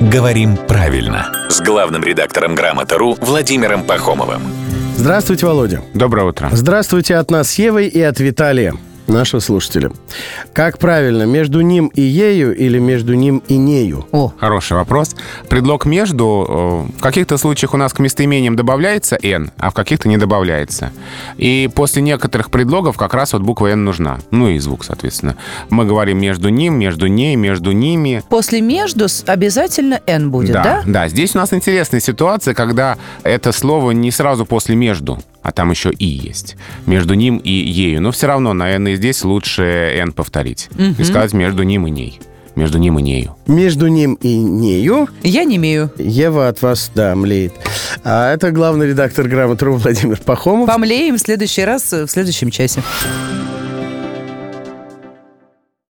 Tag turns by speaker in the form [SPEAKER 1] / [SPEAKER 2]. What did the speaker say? [SPEAKER 1] «Говорим правильно» с главным редактором «Грамота.ру» Владимиром Пахомовым.
[SPEAKER 2] Здравствуйте, Володя.
[SPEAKER 3] Доброе утро.
[SPEAKER 2] Здравствуйте от нас с Евой и от Виталия, нашего слушателя. Как правильно, между ним и ею или между ним и нею?
[SPEAKER 4] О,
[SPEAKER 3] Хороший вопрос. Предлог «между» э, в каких-то случаях у нас к местоимениям добавляется «н», а в каких-то не добавляется. И после некоторых предлогов как раз вот буква «н» нужна. Ну и звук, соответственно. Мы говорим «между ним», «между ней», «между ними».
[SPEAKER 4] после между с- обязательно N будет, да?
[SPEAKER 3] да, здесь у нас интересная ситуация, когда это слово не сразу после между, а там еще и есть. Между ним и ею. Но все равно, наверное, здесь лучше N повторить. И сказать между ним и ней. Между ним и нею.
[SPEAKER 2] Между ним и нею
[SPEAKER 4] Я не имею.
[SPEAKER 2] Ева от вас, да, млеет. А это главный редактор «Грамотру» Владимир Пахомов.
[SPEAKER 4] Помлеем в следующий раз, э, в следующем часе.